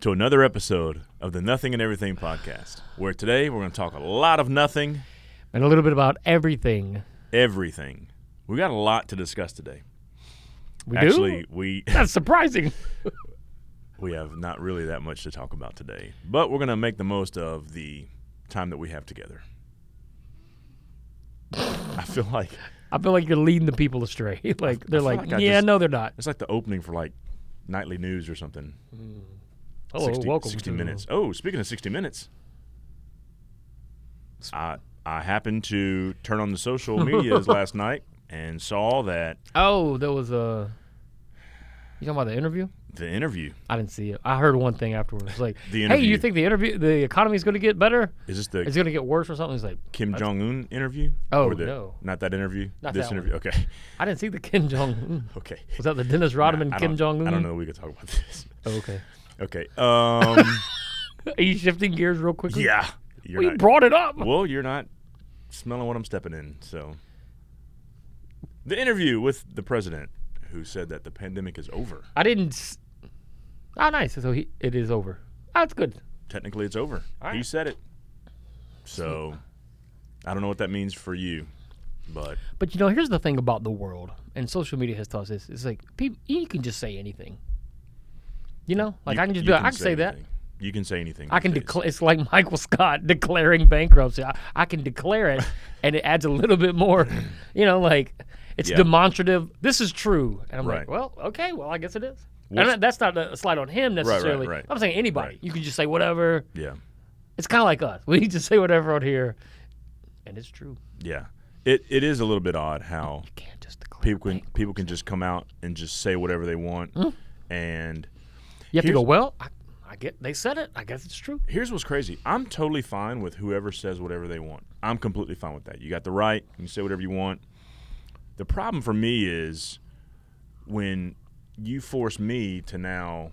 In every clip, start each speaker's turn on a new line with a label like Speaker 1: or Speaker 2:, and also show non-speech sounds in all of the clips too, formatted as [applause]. Speaker 1: to another episode of the Nothing and Everything podcast, where today we're going to talk a lot of nothing,
Speaker 2: and a little bit about everything.
Speaker 1: everything. We got a lot to discuss today.
Speaker 2: We
Speaker 1: Actually,
Speaker 2: do.
Speaker 1: we [laughs]
Speaker 2: That's surprising.
Speaker 1: we have not really that much to talk about today, but we're going to make the most of the time that we have together. I feel like
Speaker 2: I feel like you're leading the people astray. [laughs] like they're
Speaker 1: feel
Speaker 2: like,
Speaker 1: like I
Speaker 2: yeah,
Speaker 1: just-
Speaker 2: no, they're not.
Speaker 1: it's like the opening for like nightly news or something.
Speaker 2: Hello,
Speaker 1: 60,
Speaker 2: Oh, welcome
Speaker 1: 60
Speaker 2: to
Speaker 1: minutes. Oh, speaking of 60 minutes, I I happened to turn on the social
Speaker 2: [laughs]
Speaker 1: medias last night and saw that
Speaker 2: Oh, there was a. You talking about the interview?
Speaker 1: the interview.
Speaker 2: I didn't see it. I heard one thing afterwards. It's Like,
Speaker 1: [laughs] The
Speaker 2: hey, you
Speaker 1: interview.
Speaker 2: think the interview, the economy is going to get better?
Speaker 1: Is this the
Speaker 2: It's going to get worse or something? He's like,
Speaker 1: Kim Jong Un interview?
Speaker 2: Oh,
Speaker 1: the,
Speaker 2: no.
Speaker 1: not that interview.
Speaker 2: Not
Speaker 1: this
Speaker 2: that one.
Speaker 1: interview. Okay, [laughs]
Speaker 2: I didn't see the Kim Jong. Un.
Speaker 1: okay.
Speaker 2: [laughs] Was that the Dennis Rodman
Speaker 1: I
Speaker 2: Kim
Speaker 1: don't-
Speaker 2: Jong Un?
Speaker 1: I don't know. We could talk about this. [laughs]
Speaker 2: Oh, okay.
Speaker 1: Okay.
Speaker 2: [laughs]
Speaker 1: Um.
Speaker 2: Are you shifting gears real quickly?
Speaker 1: yeah. You're
Speaker 2: We
Speaker 1: not-
Speaker 2: brought it up.
Speaker 1: well, you're not smelling what I'm stepping in. So, the interview with the president, who said that the pandemic is over.
Speaker 2: I didn't. s- Oh, nice. So he, it is over. Oh, that's good.
Speaker 1: technically it's over.
Speaker 2: All
Speaker 1: He
Speaker 2: right.
Speaker 1: said it. So I don't know what that means for you, but
Speaker 2: But you know, here's the thing about the world, and social media has taught us this: it's like people, you can just say anything. You know, like
Speaker 1: you-
Speaker 2: I can just
Speaker 1: you
Speaker 2: be like, I can say that.
Speaker 1: anything. You can say anything.
Speaker 2: I
Speaker 1: these
Speaker 2: can
Speaker 1: days.
Speaker 2: declare. It's like [laughs] Michael Scott declaring bankruptcy. I, I can declare
Speaker 1: [laughs]
Speaker 2: it, and it adds a little bit more. You know, like it's
Speaker 1: Yeah.
Speaker 2: demonstrative. This is true, and I'm
Speaker 1: Right.
Speaker 2: like, well, okay, well, I guess it is.
Speaker 1: What's-
Speaker 2: and that- that's not a slide on him
Speaker 1: right,
Speaker 2: necessarily.
Speaker 1: right.
Speaker 2: I'm saying anybody.
Speaker 1: Right.
Speaker 2: You can just say whatever.
Speaker 1: Yeah,
Speaker 2: It's kind of like us. [laughs] We just say whatever on here, and it's true.
Speaker 1: yeah. It it is a little bit odd how
Speaker 2: You can't just declare.
Speaker 1: people can
Speaker 2: bank-
Speaker 1: people can just come out and just say whatever they want.
Speaker 2: Mm-hmm.
Speaker 1: And
Speaker 2: You have to
Speaker 1: Here's-
Speaker 2: go. Well, I, I get. They said it. I guess it's true.
Speaker 1: here's what's crazy: I'm totally fine with whoever says whatever they want. I'm completely fine with that. You got the right. You can say whatever you want. The problem for me is when you force me to now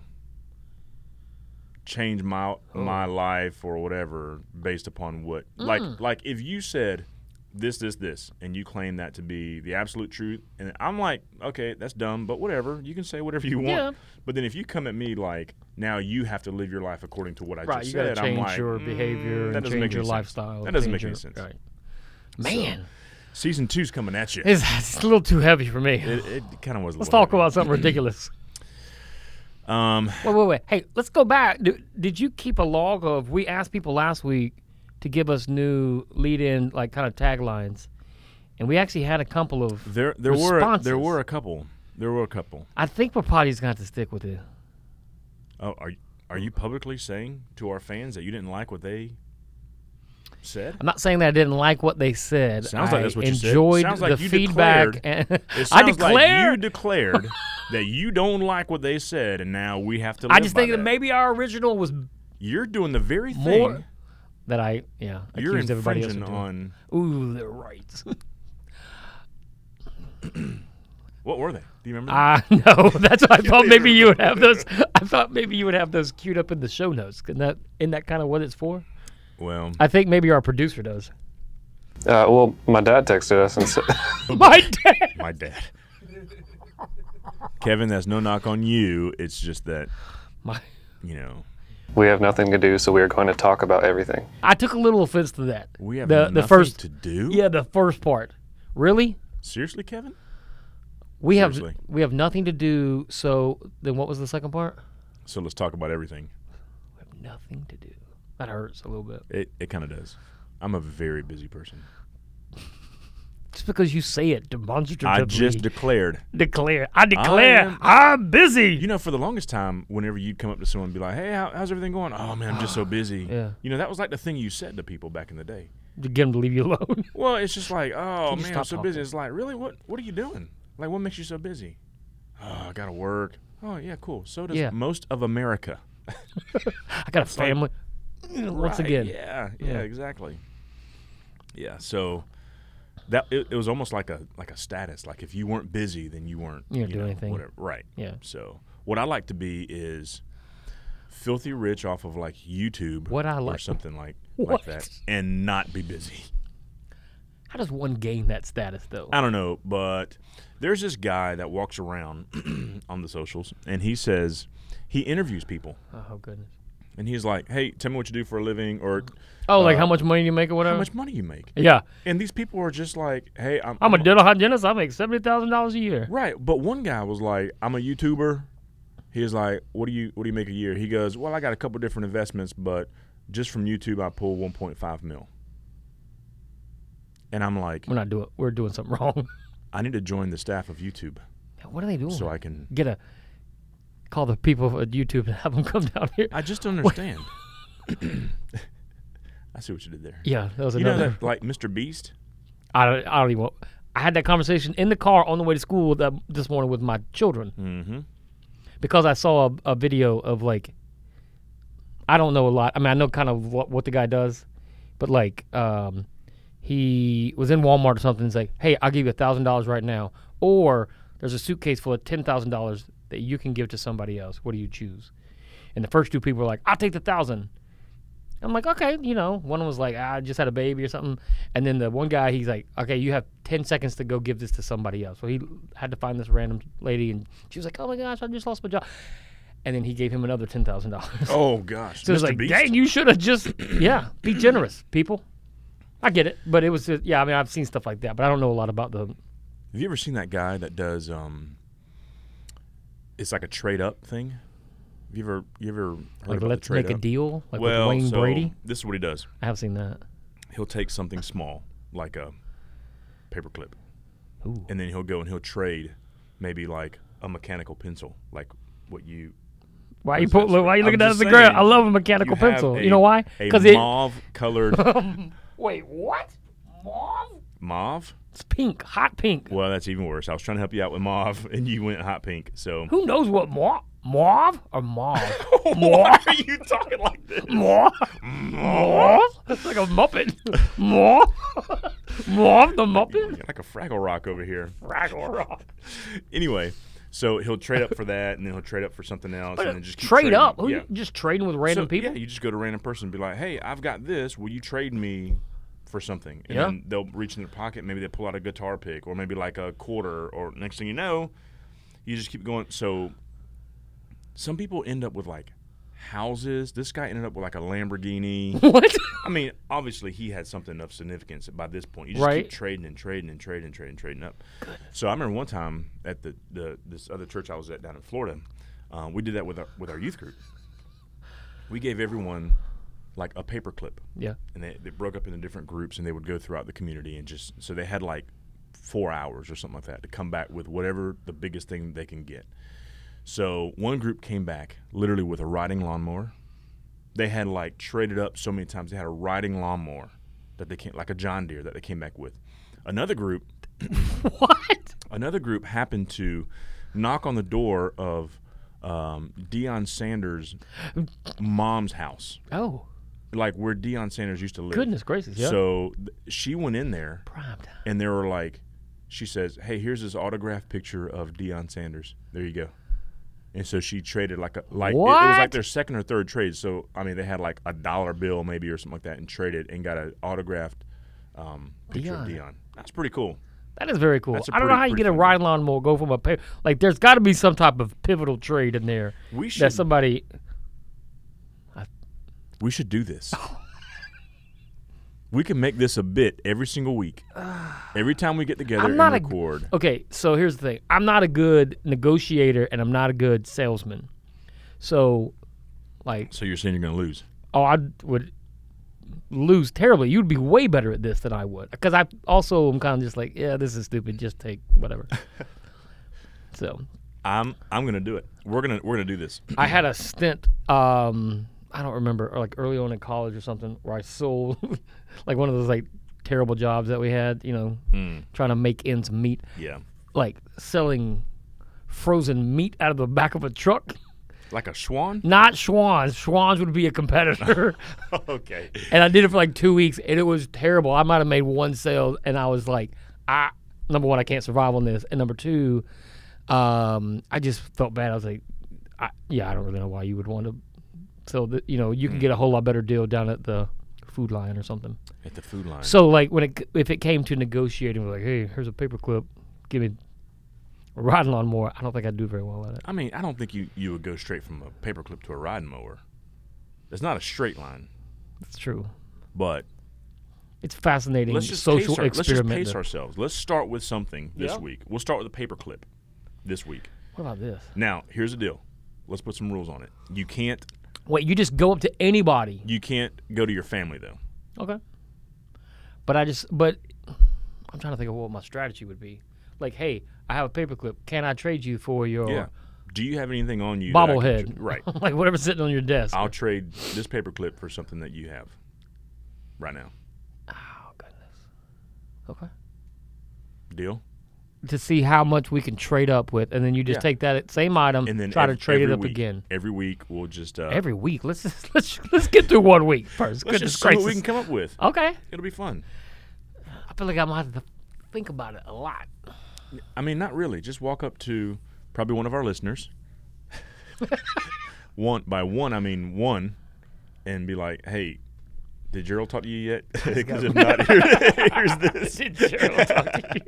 Speaker 1: change my my life or whatever based upon what like like if you said this this this and you claim that to be the absolute truth and I'm like okay that's dumb but whatever you can say whatever you want
Speaker 2: Yeah.
Speaker 1: but then if you come at me like now you have to live your life according to what I
Speaker 2: Right,
Speaker 1: just
Speaker 2: you
Speaker 1: said
Speaker 2: got to change
Speaker 1: I'm like
Speaker 2: your
Speaker 1: mm,
Speaker 2: behavior
Speaker 1: that
Speaker 2: and
Speaker 1: doesn't make
Speaker 2: change your
Speaker 1: any sense.
Speaker 2: lifestyle.
Speaker 1: that doesn't make
Speaker 2: change
Speaker 1: any
Speaker 2: your-
Speaker 1: sense
Speaker 2: Right. Man,
Speaker 1: season two's coming at you it,
Speaker 2: it's, it's a little too heavy for me.
Speaker 1: it kind of was a
Speaker 2: let's
Speaker 1: little
Speaker 2: talk
Speaker 1: [clears throat]
Speaker 2: about something ridiculous.
Speaker 1: heavy. um
Speaker 2: Wait, wait, wait. Hey, let's go back. Did, did you keep a log of? We asked people last week to give us new lead-in, like kind of taglines, and we actually had a couple of.
Speaker 1: there there were there
Speaker 2: Responses.
Speaker 1: were a couple there were a couple
Speaker 2: I think we're probably just gonna have to stick with it.
Speaker 1: Oh, are are you publicly saying to our fans that you didn't like what they said?
Speaker 2: I'm not saying that I didn't like what they said.
Speaker 1: Sounds like that's
Speaker 2: I
Speaker 1: what you said.
Speaker 2: enjoyed
Speaker 1: Sounds like
Speaker 2: the
Speaker 1: you
Speaker 2: feedback.
Speaker 1: declared-
Speaker 2: And
Speaker 1: It
Speaker 2: [laughs] I
Speaker 1: sounds
Speaker 2: declare.
Speaker 1: like you
Speaker 2: [laughs]
Speaker 1: declared that you don't like what they said, and now we have to. Live
Speaker 2: I just
Speaker 1: by
Speaker 2: think that
Speaker 1: that.
Speaker 2: maybe our original was
Speaker 1: you're doing the very thing
Speaker 2: more that I yeah
Speaker 1: you're
Speaker 2: accused everybody else of
Speaker 1: infringing
Speaker 2: doing.
Speaker 1: on.
Speaker 2: Ooh, they're right.
Speaker 1: What were they? Do you remember?
Speaker 2: [laughs] I know. [laughs]
Speaker 1: [laughs]
Speaker 2: That's what I thought. Maybe you would have those. I thought maybe you would have those queued up in the show notes. Isn't that isn't that kind of what it's for?
Speaker 1: well,
Speaker 2: I think maybe our producer does.
Speaker 3: Uh, well, my dad texted us and said,
Speaker 2: [laughs]
Speaker 3: [laughs]
Speaker 2: My dad.
Speaker 1: my dad. Kevin, that's no knock on you. It's just that
Speaker 2: My,
Speaker 1: you know
Speaker 3: "We have nothing to do, so we are going to talk about everything."
Speaker 2: I took a little offense to that.
Speaker 1: we have
Speaker 2: the
Speaker 1: nothing
Speaker 2: the first.
Speaker 1: to do.
Speaker 2: yeah, the first part. Really?
Speaker 1: Seriously, Kevin?
Speaker 2: We have
Speaker 1: Seriously.
Speaker 2: we have nothing to do. So then, what was the second part?
Speaker 1: So let's talk about everything.
Speaker 2: We have nothing to do. That hurts a little bit.
Speaker 1: It it kind of does. I'm a very busy person.
Speaker 2: Just because you say it demonstratively.
Speaker 1: I just declared.
Speaker 2: declare. I declare.
Speaker 1: am-
Speaker 2: I'm busy.
Speaker 1: You know, for the longest time, whenever you'd come up to someone and be like, "Hey, how, how's everything going?" Oh man, I'm just
Speaker 2: [sighs]
Speaker 1: so busy.
Speaker 2: Yeah.
Speaker 1: You know, that was like the thing you said to people back in the day.
Speaker 2: To get him to leave you alone. [laughs]
Speaker 1: Well, it's just like, "Oh
Speaker 2: you
Speaker 1: man, I'm
Speaker 2: stop
Speaker 1: so busy."
Speaker 2: talking?
Speaker 1: It's like, really, what what are you doing? Like, what makes you so busy? Oh, I gotta work. Oh yeah, cool. So does
Speaker 2: Yeah.
Speaker 1: most of America.
Speaker 2: I got a family. Once
Speaker 1: Right,
Speaker 2: again,
Speaker 1: Yeah, yeah,
Speaker 2: Yeah.
Speaker 1: exactly. Yeah, so that it, it was almost like a like a status. Like if you weren't busy, then you weren't
Speaker 2: You don't
Speaker 1: you
Speaker 2: do
Speaker 1: know,
Speaker 2: anything.
Speaker 1: Whatever. Right.
Speaker 2: Yeah.
Speaker 1: So what I like to be is filthy rich off of like YouTube
Speaker 2: What I
Speaker 1: or
Speaker 2: like-
Speaker 1: something like like
Speaker 2: What?
Speaker 1: that and not be busy. [laughs]
Speaker 2: How does one gain that status though?
Speaker 1: I don't know, but there's this guy that [clears throat] walks around on the socials and he says he interviews people
Speaker 2: oh goodness.
Speaker 1: and he's like, "Hey, tell me what you do for a living, or
Speaker 2: Oh, like how
Speaker 1: Uh,
Speaker 2: much money you make or whatever?
Speaker 1: how much money you make."
Speaker 2: Yeah.
Speaker 1: And these people are just like, "Hey, I'm,
Speaker 2: I'm a dental hygienist. I make seventy thousand dollars a year.
Speaker 1: Right, but one guy was like, "I'm a YouTuber." He's like, "What do you what do you make a year?" He goes, "Well, I got a couple different investments, but just from YouTube, I pull 1.5 mil." And I'm like,
Speaker 2: We're not doing. We're doing something wrong. [laughs]
Speaker 1: "I need to join the staff of YouTube
Speaker 2: what are they doing?
Speaker 1: so I can."
Speaker 2: Get a call the people at YouTube and have them [laughs] come down here.
Speaker 1: I just don't understand. [clears throat] I see what you did there.
Speaker 2: Yeah, that was
Speaker 1: You know
Speaker 2: another.
Speaker 1: that, like Mr. Beast.
Speaker 2: I don't. I don't even. want- I had that conversation in the car on the way to school that, this morning with my children
Speaker 1: Mm-hmm.
Speaker 2: because I saw a, a video of like. I don't know a lot. I mean, I know kind of what, what the guy does, but like, um, he was in Walmart or something. He's like, "Hey, I'll give you a thousand dollars right now," or there's a suitcase full of ten thousand dollars that you can give to somebody else. What do you choose? And the first two people are like, "I'll take the thousand. I'm like, okay, you know. One was like, "Ah, I just had a baby or something, and then the one guy, he's like, okay, you have ten seconds to go give this to somebody else. So he had to find this random lady, and she was like, oh my gosh, I just lost my job, and then he gave him another ten thousand dollars. [laughs]
Speaker 1: Oh gosh,
Speaker 2: So
Speaker 1: Mr.
Speaker 2: it's like,
Speaker 1: Beast.
Speaker 2: dang, you should have just, yeah, be generous, people. I get it, but it was, just, yeah. I mean, I've seen stuff like that, but I don't know a lot about the.
Speaker 1: Have you ever seen that guy that does um it's like a trade up thing? Have you ever you ever heard
Speaker 2: Like,
Speaker 1: about
Speaker 2: let's
Speaker 1: the trade
Speaker 2: make a
Speaker 1: up?
Speaker 2: deal, like
Speaker 1: well,
Speaker 2: with Wayne
Speaker 1: so
Speaker 2: Brady.
Speaker 1: This is what he does.
Speaker 2: I have seen that.
Speaker 1: He'll take something small, like a paperclip,
Speaker 2: Ooh.
Speaker 1: and then he'll go and he'll trade maybe like a mechanical pencil, like what you
Speaker 2: Why you
Speaker 1: is
Speaker 2: put,
Speaker 1: that for?
Speaker 2: why you looking
Speaker 1: I'm
Speaker 2: down at
Speaker 1: just
Speaker 2: the ground?
Speaker 1: saying,
Speaker 2: I love a mechanical
Speaker 1: have
Speaker 2: pencil.
Speaker 1: a-
Speaker 2: you know why?
Speaker 1: A
Speaker 2: it.
Speaker 1: mauve
Speaker 2: [laughs]
Speaker 1: colored
Speaker 2: Wait, what? Mauve?
Speaker 1: mauve.
Speaker 2: It's pink, hot pink.
Speaker 1: Well, that's even worse. I was trying to help you out with mauve, and you went hot pink. So
Speaker 2: Who knows what mauve? Mauve or mauve?
Speaker 1: [laughs] why are you talking like this?
Speaker 2: mauve? Mauve? It's like a muppet. Mauve? mauve the muppet?
Speaker 1: You're like a Fraggle Rock over here.
Speaker 2: Fraggle Rock.
Speaker 1: anyway, so he'll trade
Speaker 2: [laughs]
Speaker 1: up for that, and then he'll trade up for something else, and then just keep
Speaker 2: Trade
Speaker 1: trading.
Speaker 2: up. Who
Speaker 1: Yeah.
Speaker 2: you just trading with
Speaker 1: So,
Speaker 2: random people?
Speaker 1: yeah, you just go to a random person and be like, "Hey, I've got this. Will you trade me for something?" And
Speaker 2: Yeah.
Speaker 1: then they'll reach in their pocket. Maybe they pull out a guitar pick, or maybe like a quarter. Or next thing you know, you just keep going. So some people end up with like houses. This guy ended up with like a Lamborghini. [laughs]
Speaker 2: What?
Speaker 1: I mean, obviously he had something of significance by this point. You just
Speaker 2: Right.
Speaker 1: keep trading and trading and trading and trading and trading up. So I remember one time at the, the this other church I was at down in Florida, um, we did that with our with our youth group. We gave everyone like a paper clip,
Speaker 2: yeah.
Speaker 1: and they, they broke up into different groups, and they would go throughout the community and just so they had like four hours or something like that to come back with whatever the biggest thing they can get. So one group came back literally with a riding lawnmower. They had like traded up so many times. They had a riding lawnmower that they came like a John Deere that they came back with. Another group,
Speaker 2: What?
Speaker 1: another group happened to knock on the door of um, Deion Sanders' mom's house,
Speaker 2: Oh,
Speaker 1: like where Deion Sanders used to live.
Speaker 2: goodness gracious. Yeah.
Speaker 1: So th- she went in there
Speaker 2: Prime time.
Speaker 1: and there were like, she says, "Hey, here's this autographed picture of Deion Sanders. There you go." And so she traded like a like it- It, was
Speaker 2: What?
Speaker 1: like their second or third trade. So I mean, they had like a dollar bill maybe or something like that, and traded and got an autographed um, picture of
Speaker 2: Deion.
Speaker 1: Deion. That's pretty cool.
Speaker 2: That is very cool.
Speaker 1: That's a
Speaker 2: I don't know
Speaker 1: pretty-
Speaker 2: how you
Speaker 1: pretty
Speaker 2: get a
Speaker 1: fun
Speaker 2: ride lawnmower go from a paper. Like, there's got to be some type of pivotal trade in there
Speaker 1: We should
Speaker 2: that somebody.
Speaker 1: we should do
Speaker 2: [laughs]
Speaker 1: this. we can make this a bit every single
Speaker 2: [sighs]
Speaker 1: week. every time we get together
Speaker 2: I'm not a-
Speaker 1: and record.
Speaker 2: Okay, so here's the thing. I'm not a good negotiator and I'm not a good salesman. So, like,
Speaker 1: so you're saying you're gonna lose?
Speaker 2: oh, I would lose terribly. You'd be way better at this than I would. Because I also am kind of just like, yeah, this is stupid. Just take whatever. so,
Speaker 1: I'm I'm gonna do it. We're gonna we're gonna do this. [clears throat]
Speaker 2: I had a stint. Um, I don't remember, or like early on in college or something, where I sold [laughs] like one of those like terrible jobs that we had. You know, trying to make ends meet,
Speaker 1: Yeah,
Speaker 2: like selling frozen meat out of the back of a truck.
Speaker 1: like a swan.
Speaker 2: [laughs] Not Schwann's. Schwann's would be a competitor.
Speaker 1: okay.
Speaker 2: and I did it for like two weeks, and it was terrible. I might have made one sale, and I was like, I number one, I can't survive on this, and number two, um, I just felt bad. I was like, I, yeah, I don't really know why you would want to. So that you know, you can get a whole lot better deal down at the food line or something.
Speaker 1: At the food line.
Speaker 2: So like when it if it came to negotiating, we're like, hey, here's a paperclip, give me a riding lawn more. I don't think I'd do very well at it.
Speaker 1: I mean, I don't think you, you would go straight from a paperclip to a riding mower. It's not a straight line,
Speaker 2: It's true.
Speaker 1: but
Speaker 2: It's fascinating
Speaker 1: let's just
Speaker 2: social
Speaker 1: pace our- let's just
Speaker 2: experiment.
Speaker 1: pace
Speaker 2: though.
Speaker 1: ourselves. Let's start with something this
Speaker 2: Yeah.
Speaker 1: week. We'll start with a paperclip this week.
Speaker 2: what about this?
Speaker 1: Now, here's the deal. Let's put some rules on it. You can't
Speaker 2: Wait, you just go up to anybody.
Speaker 1: you can't go to your family though.
Speaker 2: Okay. But I just but I'm trying to think of what my strategy would be. Like, hey, I have a paperclip. Can I trade you for your
Speaker 1: yeah. Do you have anything on you? that I can
Speaker 2: bobblehead?
Speaker 1: tr-
Speaker 2: [laughs]
Speaker 1: Right. Um,
Speaker 2: like whatever's sitting on your desk.
Speaker 1: I'll trade this paperclip for something that you have right now.
Speaker 2: oh goodness. Okay.
Speaker 1: Deal?
Speaker 2: To see how much we can trade up with, and then you just
Speaker 1: Yeah.
Speaker 2: take that same item
Speaker 1: And then
Speaker 2: try to
Speaker 1: ev-
Speaker 2: trade it
Speaker 1: every
Speaker 2: up
Speaker 1: week-
Speaker 2: again.
Speaker 1: Every week we'll just uh
Speaker 2: Every week. Let's just, [laughs] let's let's get through one week first.
Speaker 1: let's
Speaker 2: Goodness
Speaker 1: just see what we
Speaker 2: gracious.
Speaker 1: can come up with.
Speaker 2: Okay.
Speaker 1: It'll be fun.
Speaker 2: I feel like I'm gonna have to think about it a lot. [laughs]
Speaker 1: I mean, not really. Just walk up to probably one of our
Speaker 2: [laughs]
Speaker 1: listeners. one by one, I mean one, and be like, "Hey, did Gerald talk to you
Speaker 2: [laughs]
Speaker 1: yet? Because if not, here, [laughs] here's this."
Speaker 2: Did Gerald talk to you?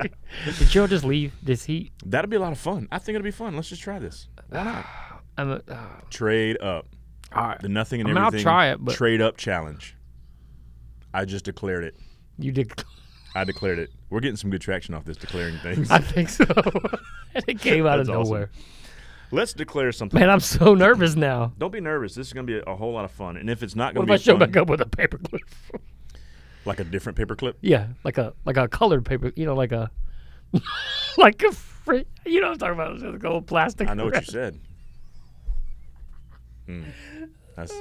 Speaker 2: Did Gerald just leave? Does he?
Speaker 1: That'd be a lot of fun. I think it'll be fun. Let's just try this. Why not?
Speaker 2: I'm a, uh,
Speaker 1: Trade up.
Speaker 2: all right.
Speaker 1: The nothing and
Speaker 2: I mean, I'll
Speaker 1: everything.
Speaker 2: try it, but-
Speaker 1: trade up challenge. I just declared it.
Speaker 2: You did. [laughs]
Speaker 1: I declared it. We're getting some good traction off this declaring things.
Speaker 2: I think so. [laughs] it came out
Speaker 1: That's
Speaker 2: of
Speaker 1: awesome.
Speaker 2: nowhere.
Speaker 1: [laughs] Let's declare something.
Speaker 2: Man, I'm so nervous now.
Speaker 1: Don't be nervous. This is going to be a, a whole lot of fun. And if it's not
Speaker 2: What
Speaker 1: going
Speaker 2: if I
Speaker 1: to be
Speaker 2: show
Speaker 1: fun,
Speaker 2: back up with a paperclip? [laughs]
Speaker 1: like a different paperclip,
Speaker 2: yeah, like a like a colored paper. You know, like a [laughs] like a free. You know what I'm talking about? It's Just a little plastic.
Speaker 1: I know what you
Speaker 2: [laughs] wrap.
Speaker 1: said. Mm. That's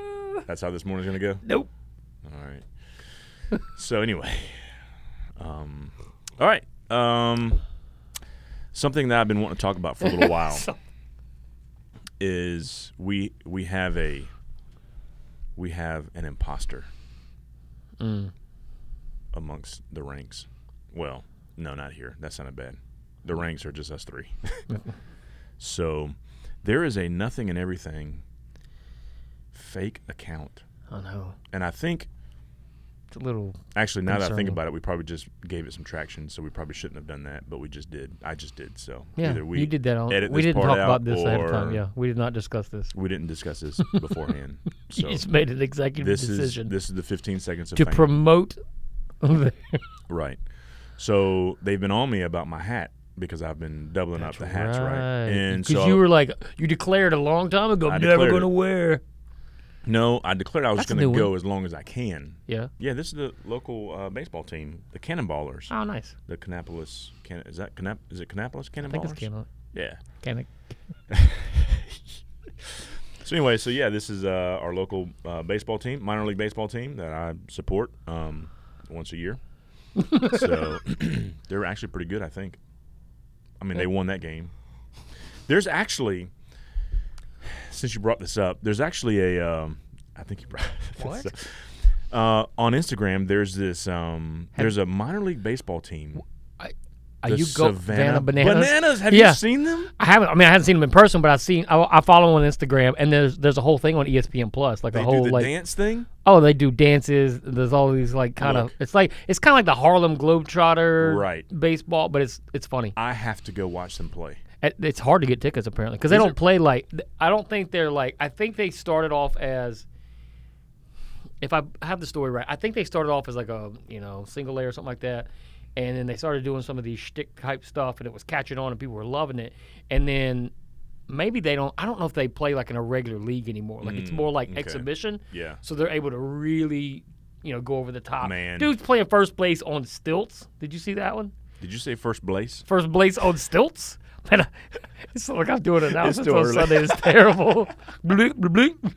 Speaker 1: that's how this morning's gonna go.
Speaker 2: Nope. [laughs]
Speaker 1: All right. So anyway, um, all right. Um, something that I've been wanting to talk about for a little while
Speaker 2: So-
Speaker 1: is we we have a we have an imposter
Speaker 2: Mm.
Speaker 1: amongst the ranks. Well, no, not here. That sounded bad. The ranks are just us
Speaker 2: [laughs]
Speaker 1: three. [laughs] so there is a nothing and everything fake account,
Speaker 2: I know.
Speaker 1: and I think
Speaker 2: It's a little.
Speaker 1: Actually, now that I think
Speaker 2: concerning.
Speaker 1: about it, we probably just gave it some traction, so we probably shouldn't have done that, but we just did. I just did. So
Speaker 2: Yeah,
Speaker 1: either we
Speaker 2: you did that on.
Speaker 1: edit
Speaker 2: we
Speaker 1: this
Speaker 2: didn't
Speaker 1: part
Speaker 2: talk
Speaker 1: out,
Speaker 2: about this ahead of
Speaker 1: or-
Speaker 2: time. Yeah, we did not discuss this.
Speaker 1: [laughs] we didn't discuss this beforehand.
Speaker 2: [laughs] You
Speaker 1: So
Speaker 2: just made an executive
Speaker 1: this is
Speaker 2: decision
Speaker 1: this is the 15 seconds of
Speaker 2: to
Speaker 1: fame.
Speaker 2: promote. [laughs] the-
Speaker 1: right. So they've been on me about my hat because I've been doubling up the hats, right? And
Speaker 2: because
Speaker 1: so
Speaker 2: you were like, you declared a long time ago,
Speaker 1: I
Speaker 2: I'm never
Speaker 1: declared
Speaker 2: going
Speaker 1: it."
Speaker 2: to wear.
Speaker 1: no, I declared I was
Speaker 2: That's a
Speaker 1: going to
Speaker 2: new
Speaker 1: go as long as I can.
Speaker 2: Yeah.
Speaker 1: Yeah, this is the local uh, baseball team, the Cannonballers,
Speaker 2: Oh, nice.
Speaker 1: the Canapolis. Can- is that Canap- Is it Canapolis Cannonballers?
Speaker 2: I think it's Canada.
Speaker 1: Yeah.
Speaker 2: Canada.
Speaker 1: So anyway, so yeah, this is uh, our local uh, baseball team, minor league baseball team that I support um, once a year. so [clears throat] they're actually pretty good, I think. I mean, they won that game. There's actually, since you brought this up, there's actually a, um, I think you brought [laughs] this
Speaker 2: What?
Speaker 1: up. Uh, on Instagram, there's this. Um, there's a minor league baseball team.
Speaker 2: Are
Speaker 1: the
Speaker 2: you go Vanna Bananas?
Speaker 1: Bananas. Have
Speaker 2: Yeah.
Speaker 1: you seen them?
Speaker 2: I haven't. I mean, I haven't seen them in person, but I've seen. I, I follow them on Instagram, and there's there's a whole thing on E ESPN Plus, like
Speaker 1: They
Speaker 2: a whole
Speaker 1: do the
Speaker 2: like
Speaker 1: dance thing.
Speaker 2: oh they do dances. There's all these like kind of
Speaker 1: Look.
Speaker 2: it's like it's kind of like the Harlem Globetrotter
Speaker 1: Right.
Speaker 2: baseball, but it's it's funny.
Speaker 1: I have to go watch them play.
Speaker 2: It- It's hard to get tickets apparently because they don't play like. th- I don't think they're like. I think they started off as. If I have the story right, I think they started off as like a you know single layer or something like that, and then they started doing some of these shtick type stuff, and it was catching on, and people were loving it, and then maybe they don't. I don't know if they play like in a regular league anymore. Like it's more like exhibition.
Speaker 1: Mm, Yeah.
Speaker 2: So they're able to really you know go over the top.
Speaker 1: Man.
Speaker 2: dude's playing first place on stilts. Did you see that one?
Speaker 1: Did you say first place?
Speaker 2: first place on stilts. Man, [laughs] I, it's like I'm doing an announcement
Speaker 1: too
Speaker 2: on
Speaker 1: early.
Speaker 2: Sunday. It's
Speaker 1: [laughs]
Speaker 2: terrible. bleep, bleep, bleep.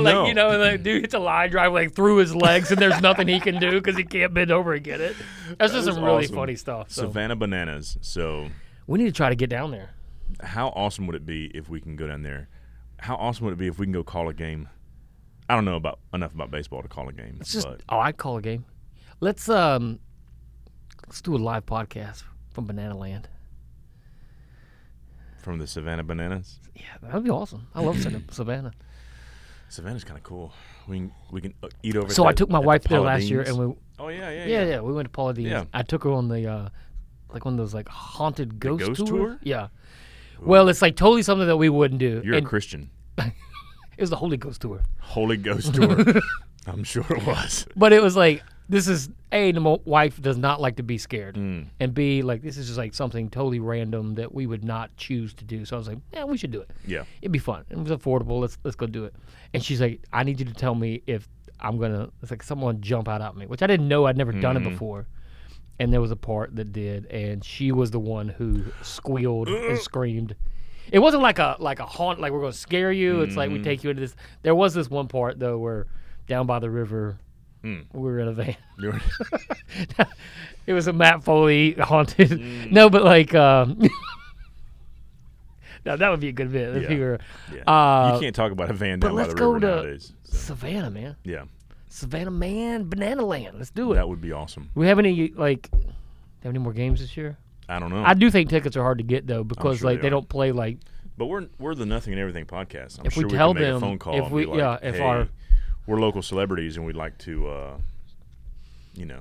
Speaker 1: No.
Speaker 2: like you know, and like, dude hits a line drive like through his legs, and there's nothing he can do because he can't bend over and get it. That's just
Speaker 1: is
Speaker 2: some really
Speaker 1: awesome.
Speaker 2: funny stuff. So
Speaker 1: Savannah Bananas. So,
Speaker 2: we need to try to get down there.
Speaker 1: how awesome would it be if we can go down there? How awesome would it be if we can go call a game? I don't know about enough about baseball to call a game,
Speaker 2: It's just
Speaker 1: but
Speaker 2: oh, I call a game. Let's um, let's do a live podcast from Banana Land.
Speaker 1: from the Savannah Bananas,
Speaker 2: Yeah, that'd be awesome. I love Savannah- Savannah.
Speaker 1: Savannah's kind of cool. We can, we can uh, eat over.
Speaker 2: So
Speaker 1: at
Speaker 2: I
Speaker 1: the-
Speaker 2: took my
Speaker 1: at the
Speaker 2: wife there
Speaker 1: Paula
Speaker 2: last year,
Speaker 1: Dean's.
Speaker 2: and we
Speaker 1: oh yeah, yeah, yeah.
Speaker 2: Yeah, yeah, we went to Paula Deen's.
Speaker 1: Yeah.
Speaker 2: I took her on the uh, like one of those like haunted ghost,
Speaker 1: ghost tour?
Speaker 2: Yeah. Well, it's like totally something that we wouldn't do.
Speaker 1: You're
Speaker 2: and
Speaker 1: a Christian.
Speaker 2: It was the Holy Ghost tour.
Speaker 1: Holy
Speaker 2: [laughs]
Speaker 1: Ghost tour. I'm sure it was.
Speaker 2: But it was like this is a no, my wife does not like to be scared,
Speaker 1: Mm.
Speaker 2: and b like this is just like something totally random that we would not choose to do. So I was like, yeah, we should do it.
Speaker 1: [laughs] Yeah.
Speaker 2: it'd be fun. It was affordable. Let's let's go do it. And she's like, I need you to tell me if I'm gonna. It's like someone jump out at me, which I didn't know. I'd never done it before. And there was a part that did, and she was the one who squealed and screamed. It wasn't like a like a haunt, like we're gonna scare you. It's like we take you into this. There was this one part though where down by the river, we were in a van. [laughs] it was a Matt Foley haunted. No, but like, um, [laughs] now that would be a good bit if
Speaker 1: Yeah.
Speaker 2: you were
Speaker 1: Yeah.
Speaker 2: Uh,
Speaker 1: you can't talk about a van down by
Speaker 2: let's
Speaker 1: the
Speaker 2: go
Speaker 1: river
Speaker 2: to-
Speaker 1: nowadays.
Speaker 2: Savannah, man.
Speaker 1: Yeah,
Speaker 2: Savannah, man. Banana Land. Let's do it.
Speaker 1: that would be awesome.
Speaker 2: We have any like, have any more games this year?
Speaker 1: I don't know,
Speaker 2: I do think tickets are hard to get though because
Speaker 1: sure
Speaker 2: like
Speaker 1: they
Speaker 2: they
Speaker 1: are.
Speaker 2: don't play like
Speaker 1: but we're we're the nothing and everything podcast. I'm
Speaker 2: If we
Speaker 1: sure
Speaker 2: tell
Speaker 1: we can make
Speaker 2: them-
Speaker 1: a phone call,
Speaker 2: if
Speaker 1: and
Speaker 2: we-
Speaker 1: be like,
Speaker 2: yeah, if
Speaker 1: hey,
Speaker 2: our-
Speaker 1: we're local celebrities and we'd like to, uh, you know,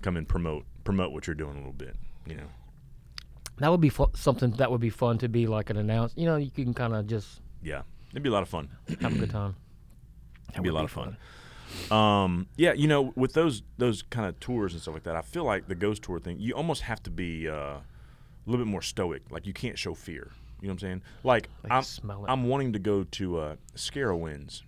Speaker 1: come and promote promote what you're doing a little bit. You know,
Speaker 2: that would be fu- something that would be fun to be like an announce. You know, you can kind of just
Speaker 1: yeah, it'd be a lot of fun. [clears throat]
Speaker 2: have a good time.
Speaker 1: It'd be a lot of fun. Um, yeah, you know, with those those kind of tours and stuff like that, I feel like the ghost tour thing, you almost have to be uh, a little bit more stoic. Like you can't show fear. You know what I'm saying? Like, I'm
Speaker 2: smell it.
Speaker 1: I'm wanting to go to uh, Scarewinds.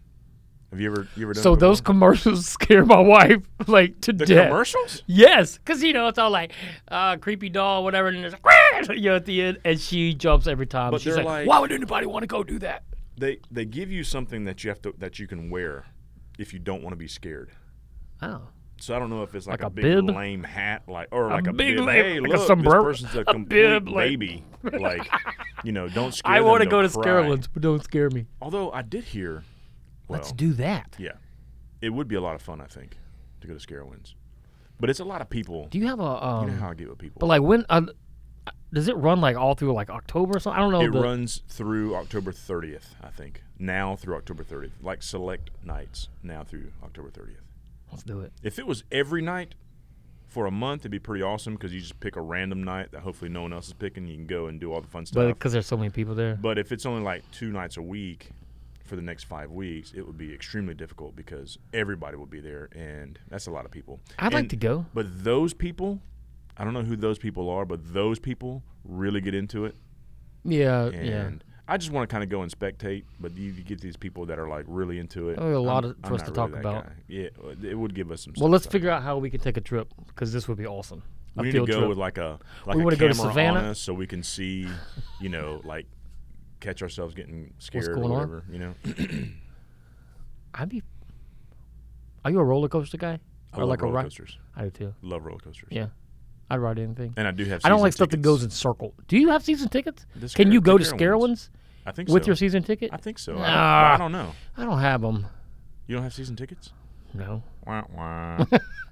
Speaker 1: Have you ever you ever done?
Speaker 2: So
Speaker 1: it before?
Speaker 2: those commercials [laughs] scare my wife like to
Speaker 1: the
Speaker 2: death.
Speaker 1: commercials?
Speaker 2: Yes, because you know it's all like uh, creepy doll, whatever, and there's like, [laughs] you know, at the end, and she jumps every time.
Speaker 1: But
Speaker 2: She's
Speaker 1: they're
Speaker 2: like,
Speaker 1: like-
Speaker 2: "Why would anybody want to go do that?"
Speaker 1: They they give you something that you have to that you can wear if you don't want to be scared.
Speaker 2: Oh,
Speaker 1: So I don't know if it's like,
Speaker 2: Like
Speaker 1: a,
Speaker 2: a
Speaker 1: big
Speaker 2: bib?
Speaker 1: lame hat, like or like a
Speaker 2: big
Speaker 1: bib.
Speaker 2: lame-
Speaker 1: hey,
Speaker 2: like a
Speaker 1: look,
Speaker 2: sombrero-
Speaker 1: this person's a,
Speaker 2: a
Speaker 1: complete
Speaker 2: bib, like- [laughs]
Speaker 1: baby. Like, you know, don't scare.
Speaker 2: I
Speaker 1: them,
Speaker 2: want to go
Speaker 1: they'll
Speaker 2: to
Speaker 1: cry.
Speaker 2: Scarewinds, but don't scare me.
Speaker 1: Although I did hear, well,
Speaker 2: Let's do that.
Speaker 1: yeah, it would be a lot of fun. I think to go to Scarewinds, but it's a lot of people.
Speaker 2: Do you have a? Um,
Speaker 1: you know how I get with people.
Speaker 2: but like when uh, does it run like all through like October or something? I don't know.
Speaker 1: it
Speaker 2: the-
Speaker 1: runs through October 30th, I think. Now through October 30th, like select nights. Now through October 30th.
Speaker 2: Let's do it.
Speaker 1: If it was every night for a month, it'd be pretty awesome because you just pick a random night that hopefully no one else is picking. You can go and do all the fun
Speaker 2: But
Speaker 1: stuff.
Speaker 2: because there's so many people there,
Speaker 1: But if it's only like two nights a week for the next five weeks, it would be extremely difficult because everybody will be there, and that's a lot of people.
Speaker 2: I'd like
Speaker 1: And-
Speaker 2: to go.
Speaker 1: But those people, I don't know who those people are, but those people really get into it,
Speaker 2: Yeah,
Speaker 1: and
Speaker 2: yeah.
Speaker 1: I just want to kind of go and spectate. But you, you get these people that are like really into it.
Speaker 2: Oh, a lot
Speaker 1: I'm-
Speaker 2: of- for
Speaker 1: I'm not
Speaker 2: us to
Speaker 1: really
Speaker 2: talk
Speaker 1: that
Speaker 2: about.
Speaker 1: guy. Yeah, it would give us some.
Speaker 2: Well,
Speaker 1: stuff,
Speaker 2: let's
Speaker 1: so.
Speaker 2: figure out how we can take a trip because this would be awesome.
Speaker 1: We
Speaker 2: a
Speaker 1: need to
Speaker 2: field
Speaker 1: go
Speaker 2: trip.
Speaker 1: with like a like
Speaker 2: We
Speaker 1: a
Speaker 2: wanna go
Speaker 1: camera
Speaker 2: to Savannah.
Speaker 1: on us so we can see, you know, like catch ourselves getting scared or
Speaker 2: going on?
Speaker 1: whatever. You know,
Speaker 2: I'd be. Are you a roller coaster guy?
Speaker 1: I
Speaker 2: or
Speaker 1: love
Speaker 2: like a
Speaker 1: roller
Speaker 2: ride?
Speaker 1: coasters.
Speaker 2: I do too.
Speaker 1: Love roller coasters.
Speaker 2: Yeah, I'd ride anything.
Speaker 1: And I do have.
Speaker 2: I don't
Speaker 1: season
Speaker 2: like stuff that
Speaker 1: tickets.
Speaker 2: goes in circle. Do you have season tickets?
Speaker 1: The
Speaker 2: Can
Speaker 1: Scare-
Speaker 2: you go to
Speaker 1: the Scare
Speaker 2: Scarewinds
Speaker 1: I think
Speaker 2: with
Speaker 1: so.
Speaker 2: your season ticket?
Speaker 1: I think so. I-
Speaker 2: Nah.
Speaker 1: I, don't know.
Speaker 2: I don't have them.
Speaker 1: You don't have season tickets?
Speaker 2: No.
Speaker 1: Wah,
Speaker 2: [laughs]
Speaker 1: wah.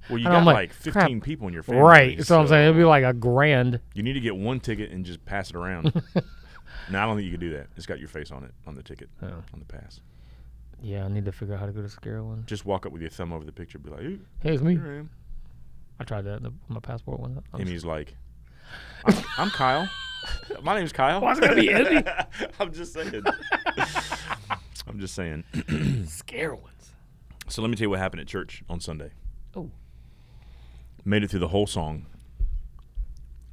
Speaker 1: well, you got
Speaker 2: I'm like,
Speaker 1: like
Speaker 2: crap.
Speaker 1: 15 people in your family.
Speaker 2: right. So, I'm saying it'd be
Speaker 1: so
Speaker 2: like a grand.
Speaker 1: You need to get one ticket and just pass it
Speaker 2: [laughs]
Speaker 1: around. no, I don't think you can do that. It's got your face on it on the ticket
Speaker 2: Oh.
Speaker 1: on the pass.
Speaker 2: Yeah, I need to figure out how to go to Scarewinds.
Speaker 1: Just walk up with your thumb over the picture, be like, "Ooh,
Speaker 2: Hey, it's me.
Speaker 1: here I am."
Speaker 2: I tried that. The, my
Speaker 1: [laughs]
Speaker 2: passport went up. I'm
Speaker 1: and he's like, I'm, I'm Kyle. My name's Kyle.
Speaker 2: Why's it gotta be [laughs] Andy?
Speaker 1: [laughs] I'm just saying. I'm just saying. [clears throat]
Speaker 2: Scarewinds.
Speaker 1: So let me tell you what happened at church on Sunday.
Speaker 2: Oh.
Speaker 1: Made it through the whole song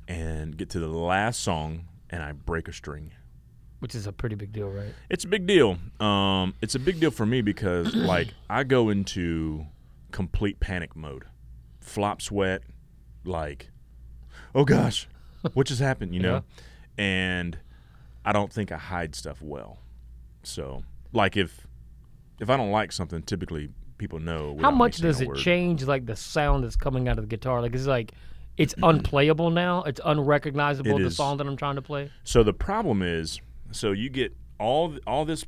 Speaker 1: and get to the last song, and I break a string.
Speaker 2: Which is a pretty big deal, right?
Speaker 1: It's a big deal. Um, it's a big deal for me because,
Speaker 2: [clears throat]
Speaker 1: like, I go into complete panic mode, flop sweat, like, oh gosh, what just happened,
Speaker 2: [laughs]
Speaker 1: you know? And I don't think I hide stuff well. So, like, if if I don't like something, typically people know.
Speaker 2: How
Speaker 1: without me
Speaker 2: much
Speaker 1: saying
Speaker 2: does
Speaker 1: a
Speaker 2: it
Speaker 1: word.
Speaker 2: change, like the sound that's coming out of the guitar? Like, it's like it's
Speaker 1: [clears throat]
Speaker 2: unplayable now. It's unrecognizable.
Speaker 1: It
Speaker 2: the
Speaker 1: is.
Speaker 2: song that I'm trying to play.
Speaker 1: So the problem is, so you get all th- all this.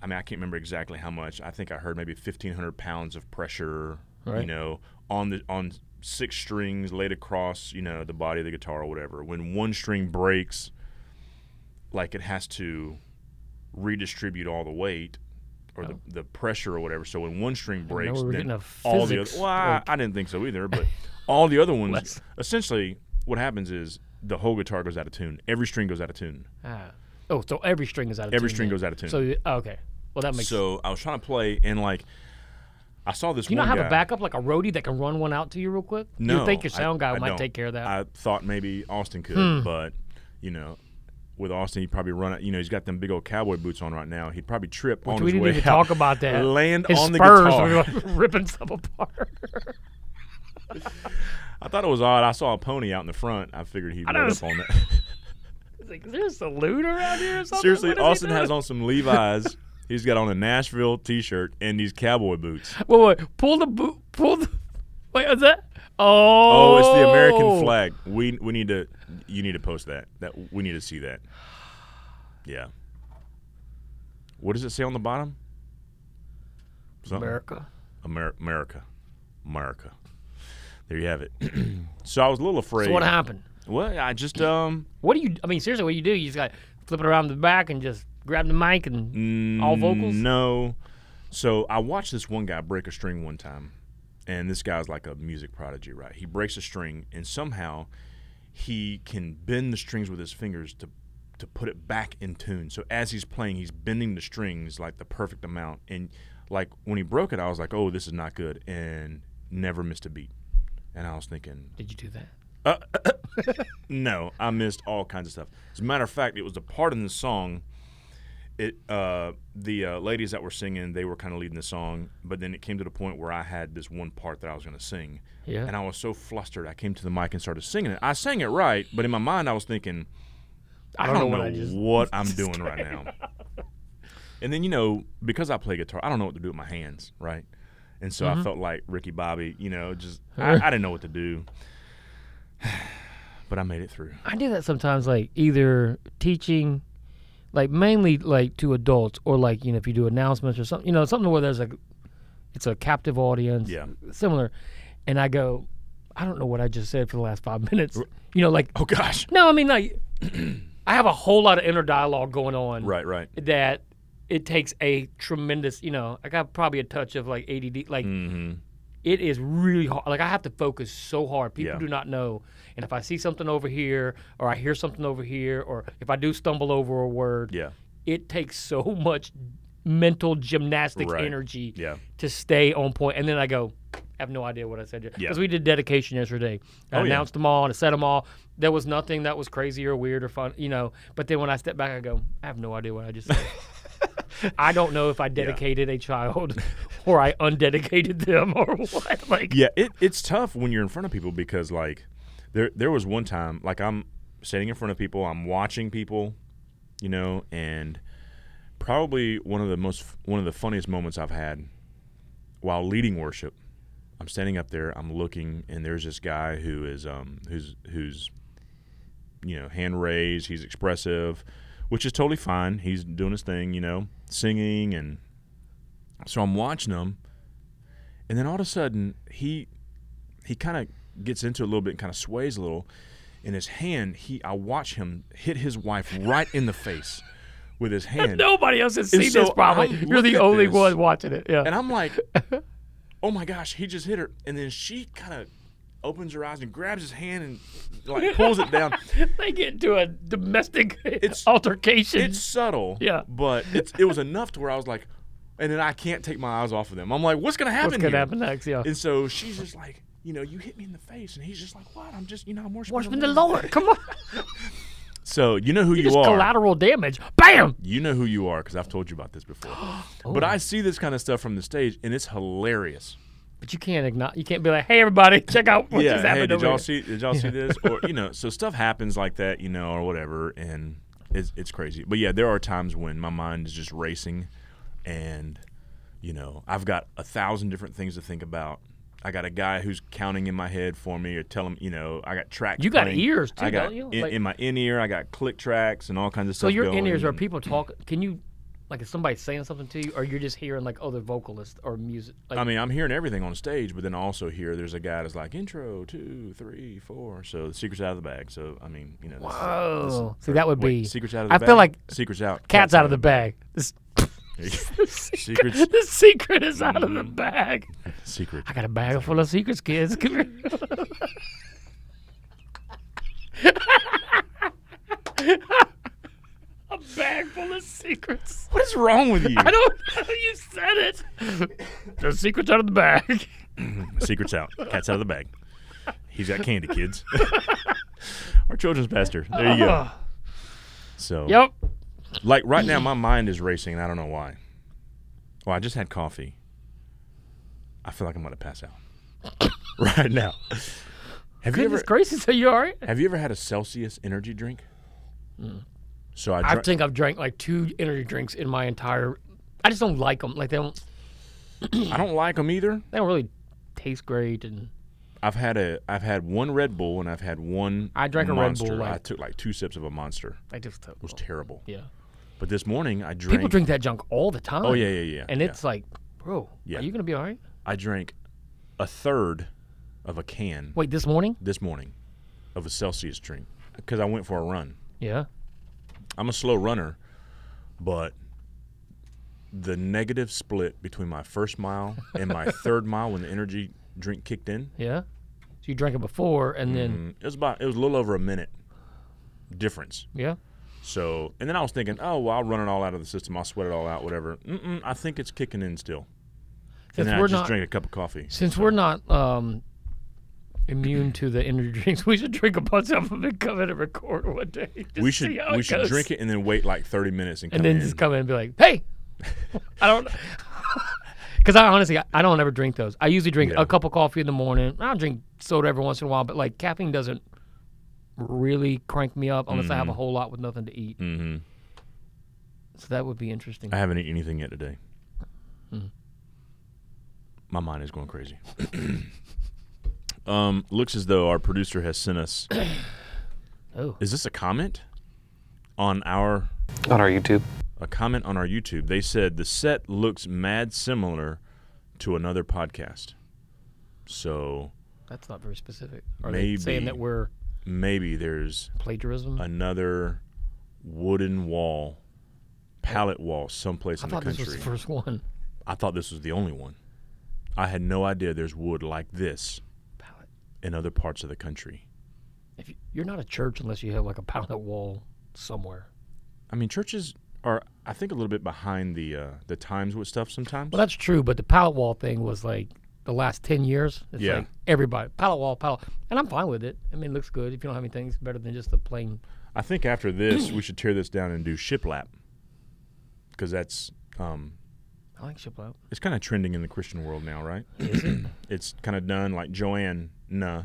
Speaker 1: I mean, I can't remember exactly how much. I think I heard maybe fifteen hundred pounds of pressure.
Speaker 2: Right.
Speaker 1: You know, on the on six strings laid across, you know, the body of the guitar or whatever. When one string breaks, like it has to redistribute all the weight or the, the pressure or whatever. So when one string breaks,
Speaker 2: Oh. we were
Speaker 1: then
Speaker 2: getting a
Speaker 1: all the other.
Speaker 2: physics,
Speaker 1: Well, I,
Speaker 2: like-
Speaker 1: I didn't think so either,
Speaker 2: [laughs]
Speaker 1: but all the other ones.
Speaker 2: Bless.
Speaker 1: Essentially, what happens is the whole guitar goes out of tune. Every string goes out of tune.
Speaker 2: Ah. Oh, so every string is out of
Speaker 1: Every
Speaker 2: tune
Speaker 1: string
Speaker 2: then.
Speaker 1: goes out of tune.
Speaker 2: So you- oh, okay, Well, that makes.
Speaker 1: so I was trying to play, and like, I saw this.
Speaker 2: do you not
Speaker 1: one
Speaker 2: have
Speaker 1: guy.
Speaker 2: a backup like a roadie that can run one out to you real quick?
Speaker 1: oh, No,
Speaker 2: you think your
Speaker 1: I-
Speaker 2: sound guy
Speaker 1: I
Speaker 2: might
Speaker 1: don't.
Speaker 2: take care of that? Hmm.
Speaker 1: I thought maybe Austin could, but you know, with Austin, he'd probably run. out- You know, he's got them big old cowboy boots on right now. He'd probably trip on his
Speaker 2: we didn't
Speaker 1: way
Speaker 2: even
Speaker 1: out,
Speaker 2: talk about that.
Speaker 1: Land
Speaker 2: His
Speaker 1: on the
Speaker 2: spurs
Speaker 1: guitar.
Speaker 2: were like [laughs] ripping stuff apart. [laughs]
Speaker 1: I thought it was odd. I saw a pony out in the front. I figured he'd run
Speaker 2: noticed-
Speaker 1: up on that.
Speaker 2: [laughs]
Speaker 1: [laughs]
Speaker 2: It's like, is there a saloon around here or something?
Speaker 1: Seriously,
Speaker 2: What is he
Speaker 1: Austin has
Speaker 2: doing?
Speaker 1: on some Levi's. He's got on a Nashville T-shirt and these cowboy
Speaker 2: [laughs]
Speaker 1: boots.
Speaker 2: Wait, wait, pull the boot. Pull the. [laughs] Wait, is that? Oh.
Speaker 1: Oh, it's the American flag. We we need to. You need to post that. That we need to see that. Yeah. What does it say on the bottom? Something.
Speaker 2: America.
Speaker 1: Amer- America. America. There you have it. [clears throat] so I was a little afraid.
Speaker 2: So what happened?
Speaker 1: Well, I just um
Speaker 2: What do you? I mean, seriously, what do you do? You just got to flip it around the back and just grab the mic
Speaker 1: Mm.
Speaker 2: and all vocals.
Speaker 1: No. So I watched this one guy break a string one time, and this guy's like a music prodigy, right? He breaks a string, and somehow he can bend the strings with his fingers to to put it back in tune. So as he's playing, he's bending the strings like the perfect amount. And like when he broke it, I was like, "Oh, this is not good," and never missed a beat. And I was thinking,
Speaker 2: Did you do that?
Speaker 1: No, I missed all kinds of stuff. As a matter of fact, it was the part in the song. It uh, the uh, ladies that were singing, they were kind of leading the song, but then it came to the point where I had this one part that I was going to sing,
Speaker 2: Yeah.
Speaker 1: and I was so flustered, I came to the mic and started singing it. I sang it right, but in my mind, I was thinking, I don't, know,
Speaker 2: what I just- [laughs]
Speaker 1: what I'm doing right now. And then you know, because I play guitar, I don't know what to do with my hands, right? And so
Speaker 2: Mm-hmm.
Speaker 1: I felt like Ricky Bobby, you know,
Speaker 2: [laughs]
Speaker 1: just I, I didn't know what to do, [sighs] but I made it through.
Speaker 2: I do that sometimes, like either teaching, like mainly like to adults, or like you know if you do announcements or something, you know something where there's like, it's a captive audience,
Speaker 1: Yeah.
Speaker 2: similar, and I go, I don't know what I just said for the last five [laughs] minutes, you know, like
Speaker 1: Oh gosh.
Speaker 2: no, I mean like, [clears throat] I have a whole lot of inner dialogue going on,
Speaker 1: Right, right.
Speaker 2: That it takes a tremendous, you know, I got probably a touch of like ADD, like
Speaker 1: Mm-hmm.
Speaker 2: it is really hard. Like I have to focus so hard. People
Speaker 1: Yeah.
Speaker 2: do not know. And if I see something over here, or I hear something over here, or if I do stumble over a word,
Speaker 1: Yeah.
Speaker 2: it takes so [laughs] much mental gymnastics
Speaker 1: Right.
Speaker 2: energy
Speaker 1: Yeah.
Speaker 2: to stay on point. And then I go, I have no idea what I said. Because
Speaker 1: Yeah.
Speaker 2: we did dedication yesterday. I
Speaker 1: Oh, yeah.
Speaker 2: announced them all and I said them all. There was nothing that was crazy or weird or fun, you know. But then when I step back, I go, I have no idea what I just
Speaker 1: [laughs]
Speaker 2: said. I don't know if I dedicated a child [laughs] or I undedicated them [laughs] or what. Like,
Speaker 1: Yeah, it, it's tough when you're in front of people because like there there was one time like I'm standing in front of people, I'm watching people, you know, and probably one of the most one of the funniest moments I've had while leading worship. I'm standing up there, I'm looking and there's this guy who is um who's who's you know, hand raised, he's expressive, which is totally fine. He's doing his thing, you know, singing and so I'm watching him and then all of a sudden he he kind of gets into it a little bit and kind of sways a little in his hand he i watch him hit his wife right in the face with his
Speaker 2: [laughs]
Speaker 1: hand
Speaker 2: nobody else has seen
Speaker 1: so
Speaker 2: this probably.
Speaker 1: I'm
Speaker 2: You're
Speaker 1: looking
Speaker 2: the
Speaker 1: at
Speaker 2: only
Speaker 1: this,
Speaker 2: one watching it. Yeah.
Speaker 1: and i'm like oh my gosh he just hit her and then she kind of opens her eyes and grabs his hand and like pulls it down
Speaker 2: they get into a domestic
Speaker 1: It's-
Speaker 2: [laughs] altercation.
Speaker 1: it's subtle
Speaker 2: Yeah.
Speaker 1: but it's, it was enough to where i was like and then i can't take my eyes off of them i'm like what's gonna happen
Speaker 2: What's gonna
Speaker 1: here?
Speaker 2: happen next? Yeah.
Speaker 1: and so she's just like you know you hit me in the face and he's just like what i'm just you know i'm worshiping,
Speaker 2: Worshiping the Lord. Come on.
Speaker 1: so you know who [laughs] you
Speaker 2: Just
Speaker 1: are
Speaker 2: collateral damage. Bam.
Speaker 1: You know who you are because I've told you about this before.
Speaker 2: [gasps]
Speaker 1: But
Speaker 2: Oh.
Speaker 1: I see this kind of stuff from the stage, and it's hilarious.
Speaker 2: But you can't ignore. You can't be like, hey everybody, [laughs] check out what
Speaker 1: yeah,
Speaker 2: just
Speaker 1: hey,
Speaker 2: happened
Speaker 1: did
Speaker 2: over
Speaker 1: y'all see?
Speaker 2: here."
Speaker 1: Did y'all see this?
Speaker 2: [laughs]
Speaker 1: Or you know, so stuff happens like that, you know, or whatever, and it's it's crazy. But yeah, there are times when my mind is just racing, and you know, I've got a thousand different things to think about. I got a guy who's counting in my head for me, or telling you know, I got tracks.
Speaker 2: You got
Speaker 1: playing.
Speaker 2: ears, too,
Speaker 1: I got
Speaker 2: don't you?
Speaker 1: In,
Speaker 2: Like-
Speaker 1: in my in ear, I got click tracks and all kinds of
Speaker 2: So
Speaker 1: stuff.
Speaker 2: your
Speaker 1: going.
Speaker 2: in ears are people talk. Can you, like, is somebody saying something to you, or you're just hearing like other vocalists or music? Like,
Speaker 1: I mean, I'm hearing everything on stage, but then I also hear there's a guy that's like intro two, three, four. So the secret's out of the bag. So I mean, you know, this, this-
Speaker 2: oh, see that would
Speaker 1: wait,
Speaker 2: be
Speaker 1: secret's out of the
Speaker 2: I
Speaker 1: bag.
Speaker 2: feel like
Speaker 1: secret's out.
Speaker 2: cats out of the bag. This,
Speaker 1: [laughs]
Speaker 2: [laughs]
Speaker 1: secrets. Mm-hmm.
Speaker 2: the secret is out of the bag.
Speaker 1: Secret.
Speaker 2: I got a bag full of secrets, kids. Come here. [laughs] a bag full of secrets.
Speaker 1: What is wrong [laughs] with you?
Speaker 2: I don't know. You said it. The secrets out of the [laughs] bag.
Speaker 1: Secret's out. Cat's out of the bag. He's got candy, kids. [laughs] Our children's pastor. There you
Speaker 2: [laughs]
Speaker 1: go.
Speaker 2: Ah,
Speaker 1: So,
Speaker 2: Yep.
Speaker 1: like right now, my mind is racing, and I don't know why. Well, I just had coffee. I feel like I'm going to pass out [laughs] right now. Have you
Speaker 2: Goodness
Speaker 1: ever
Speaker 2: gracious, are you all right?
Speaker 1: Have you ever had a Celsius energy drink? So I,
Speaker 2: Mm. I
Speaker 1: drank
Speaker 2: think I've drank like two energy drinks in my entire. I just don't like them. Like they don't.
Speaker 1: I don't like them either.
Speaker 2: They don't really taste great. And
Speaker 1: I've had a I've had one Red Bull and I've had one.
Speaker 2: I drank a Red
Speaker 1: Monster.
Speaker 2: Bull, like-
Speaker 1: I took like two sips of a Monster.
Speaker 2: I just don't.
Speaker 1: It was terrible.
Speaker 2: Yeah.
Speaker 1: But this morning I drank.
Speaker 2: People drink that junk all the time.
Speaker 1: Oh yeah, yeah, yeah.
Speaker 2: And
Speaker 1: yeah.
Speaker 2: it's like, bro,
Speaker 1: Yeah.
Speaker 2: are you gonna be all right?
Speaker 1: I drank a third of a can
Speaker 2: Wait, this morning?
Speaker 1: this morning of a Celsius drink because I went for a run.
Speaker 2: Yeah.
Speaker 1: I'm a slow runner, but the negative split between my first mile and
Speaker 2: [laughs]
Speaker 1: my third mile when the energy drink kicked in
Speaker 2: Yeah. So you drank it before, and then
Speaker 1: Mm, It was about it was a little over a minute difference.
Speaker 2: yeah.
Speaker 1: So, and then I was thinking, oh well, I'll run it all out of the system. I'll sweat it all out, whatever. Mm-mm, I think it's kicking in still.
Speaker 2: Since
Speaker 1: and then I
Speaker 2: we're
Speaker 1: just
Speaker 2: not
Speaker 1: drank a cup of coffee.
Speaker 2: since we're not um, immune to the energy [laughs] drinks, we should drink a bunch of them and come in and record one day. Just
Speaker 1: we
Speaker 2: see
Speaker 1: should
Speaker 2: how
Speaker 1: we
Speaker 2: it
Speaker 1: should
Speaker 2: goes.
Speaker 1: drink it and then wait like thirty minutes and,
Speaker 2: and
Speaker 1: come
Speaker 2: then
Speaker 1: in.
Speaker 2: just come in and be like, "Hey, I [laughs] don't." Because I honestly, I, I don't ever drink those. I usually drink
Speaker 1: Yeah.
Speaker 2: a cup of coffee in the morning. I'll drink soda every once in a while, but like caffeine doesn't really crank me up unless I
Speaker 1: Mm.
Speaker 2: have a whole lot with nothing to eat.
Speaker 1: hmm
Speaker 2: So that would be interesting.
Speaker 1: I haven't eaten anything yet today.
Speaker 2: Mm-hmm.
Speaker 1: My mind is going crazy. [clears throat] um, looks as though our producer has sent us.
Speaker 2: [coughs] Oh,
Speaker 1: Is this a comment on our
Speaker 3: on our YouTube.
Speaker 1: a comment on our YouTube. They said the set looks mad similar to another podcast. So
Speaker 2: that's not very specific. Are they saying
Speaker 1: Maybe.
Speaker 2: that we're
Speaker 1: maybe there's
Speaker 2: plagiarism?
Speaker 1: another wooden wall, pallet wall, someplace
Speaker 2: I
Speaker 1: in the
Speaker 2: thought this
Speaker 1: country.
Speaker 2: was the first one.
Speaker 1: I thought this was the only one. I had no idea there's wood like this
Speaker 2: Pallet.
Speaker 1: in other parts of the country.
Speaker 2: If you, you're not a church unless you have like a [laughs] pallet wall somewhere.
Speaker 1: I mean, churches are, I think, a little bit behind the uh, the times with stuff sometimes.
Speaker 2: Well, that's true, but the pallet wall thing was like the last 10 years. It's
Speaker 1: Yeah.
Speaker 2: like everybody, pallet wall, pallet. And I'm fine with it. I mean, it looks good. If you don't have anything, it's better than just a plain.
Speaker 1: I think after this, we should tear this down and do shiplap because that's um,
Speaker 2: I like shiplap.
Speaker 1: it's kind of trending in the Christian world now, [clears throat] right? it's kind of done like Joanne. Nah.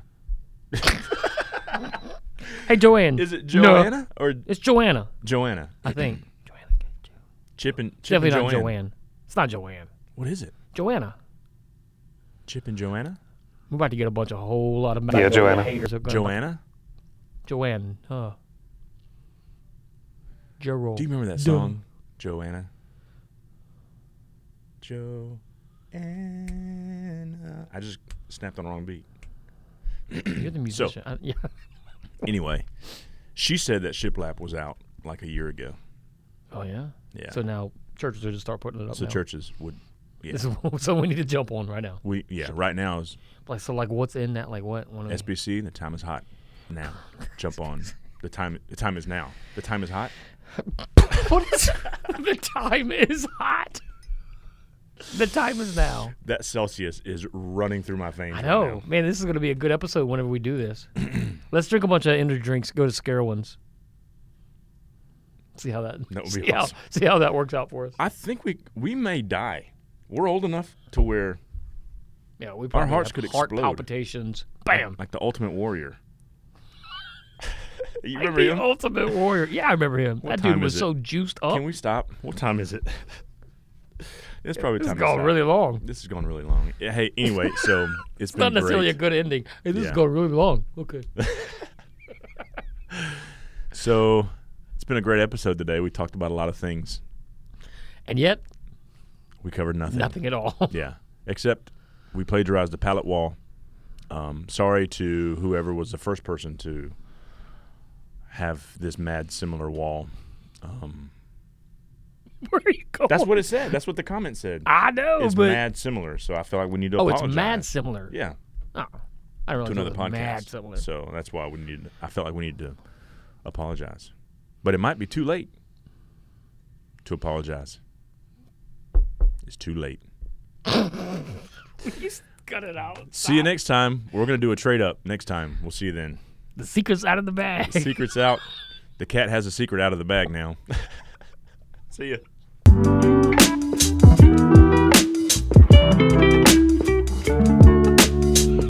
Speaker 2: Hey, Joanne.
Speaker 1: Is it
Speaker 2: No.
Speaker 1: Joanna or
Speaker 2: It's Joanna,
Speaker 1: Joanna? [clears throat]
Speaker 2: I think. Joanna. Gajo.
Speaker 1: Chip and Chip
Speaker 2: Definitely
Speaker 1: and
Speaker 2: not
Speaker 1: Joanne.
Speaker 2: Joanne. It's not Joanne.
Speaker 1: What is it?
Speaker 2: Joanna.
Speaker 1: Chip and Joanna?
Speaker 2: We're about to get a bunch of whole lot of
Speaker 3: Yeah, Joanna.
Speaker 2: haters. are gonna-
Speaker 1: Joanna?
Speaker 2: Joanne. Huh. Gerald.
Speaker 1: Do you remember that
Speaker 2: Dun.
Speaker 1: song? Joanna. Joanna. I just snapped on the wrong beat. [clears throat]
Speaker 2: You're the musician. I- yeah. [laughs]
Speaker 1: Anyway, she said that shiplap was out like a year ago.
Speaker 2: Oh, yeah?
Speaker 1: Yeah.
Speaker 2: So now churches are just start putting it up.
Speaker 1: So
Speaker 2: now.
Speaker 1: churches would. Yeah.
Speaker 2: This is [laughs] so we need to jump on right now.
Speaker 1: We yeah. Right now is
Speaker 2: Like so, like what's in that? Like what? One of the-
Speaker 1: SBC, the time is hot.
Speaker 2: [laughs]
Speaker 1: Now, jump on. The time, the time is now. The time is hot.
Speaker 2: [laughs] What is the time is hot. The time is now.
Speaker 1: That Celsius is running through my veins.
Speaker 2: I
Speaker 1: right
Speaker 2: know,
Speaker 1: now.
Speaker 2: man. This is gonna be a good episode whenever we do this.
Speaker 1: [clears throat]
Speaker 2: Let's drink a bunch of energy drinks. Go to Scarowinds. See how that.
Speaker 1: That would
Speaker 2: see
Speaker 1: be
Speaker 2: how,
Speaker 1: awesome.
Speaker 2: see how that works out for us.
Speaker 1: I think we we may die. We're old enough to where
Speaker 2: Yeah, we probably
Speaker 1: hearts
Speaker 2: have
Speaker 1: could
Speaker 2: heart
Speaker 1: explode.
Speaker 2: palpitations. Bam.
Speaker 1: like the Ultimate Warrior.
Speaker 2: [laughs]
Speaker 1: you
Speaker 2: Like
Speaker 1: remember
Speaker 2: the
Speaker 1: him?
Speaker 2: Ultimate Warrior. Yeah, I remember him. that dude
Speaker 1: time
Speaker 2: was
Speaker 1: is it?
Speaker 2: so juiced up.
Speaker 1: Can we stop? What time is it? [laughs] it's probably
Speaker 2: This
Speaker 1: time
Speaker 2: has
Speaker 1: to
Speaker 2: gone
Speaker 1: stop.
Speaker 2: really long.
Speaker 1: This is going really long. Yeah, Hey, anyway,
Speaker 2: [laughs]
Speaker 1: so it's been
Speaker 2: Not necessarily
Speaker 1: great.
Speaker 2: a good ending. Hey, this is
Speaker 1: Yeah.
Speaker 2: going really long.
Speaker 1: [laughs]
Speaker 2: Okay.
Speaker 1: so it's been a great episode today. We talked about a lot of things.
Speaker 2: And yet,
Speaker 1: We covered nothing.
Speaker 2: nothing at all. [laughs]
Speaker 1: Yeah, except we plagiarized the pallet wall. Um, sorry to whoever was the first person to have this mad similar wall.
Speaker 2: Where are you going?
Speaker 1: That's what it said. That's what the comment said.
Speaker 2: Oh. I know,
Speaker 1: it's
Speaker 2: but
Speaker 1: mad similar, so I feel like we need to
Speaker 2: oh,
Speaker 1: apologize.
Speaker 2: it's mad similar.
Speaker 1: Yeah,
Speaker 2: Oh, I don't
Speaker 1: to
Speaker 2: know.
Speaker 1: another podcast.
Speaker 2: Mad similar.
Speaker 1: So that's why we need. I felt like we need to apologize, but it might be too late. to apologize. It's too late.
Speaker 2: [laughs] You cut it out.
Speaker 1: See you next time. We're gonna do a trade up next time. We'll see you then.
Speaker 2: The secret's out of the bag.
Speaker 1: Secret's out. The cat has a secret out of the bag now. [laughs] see ya.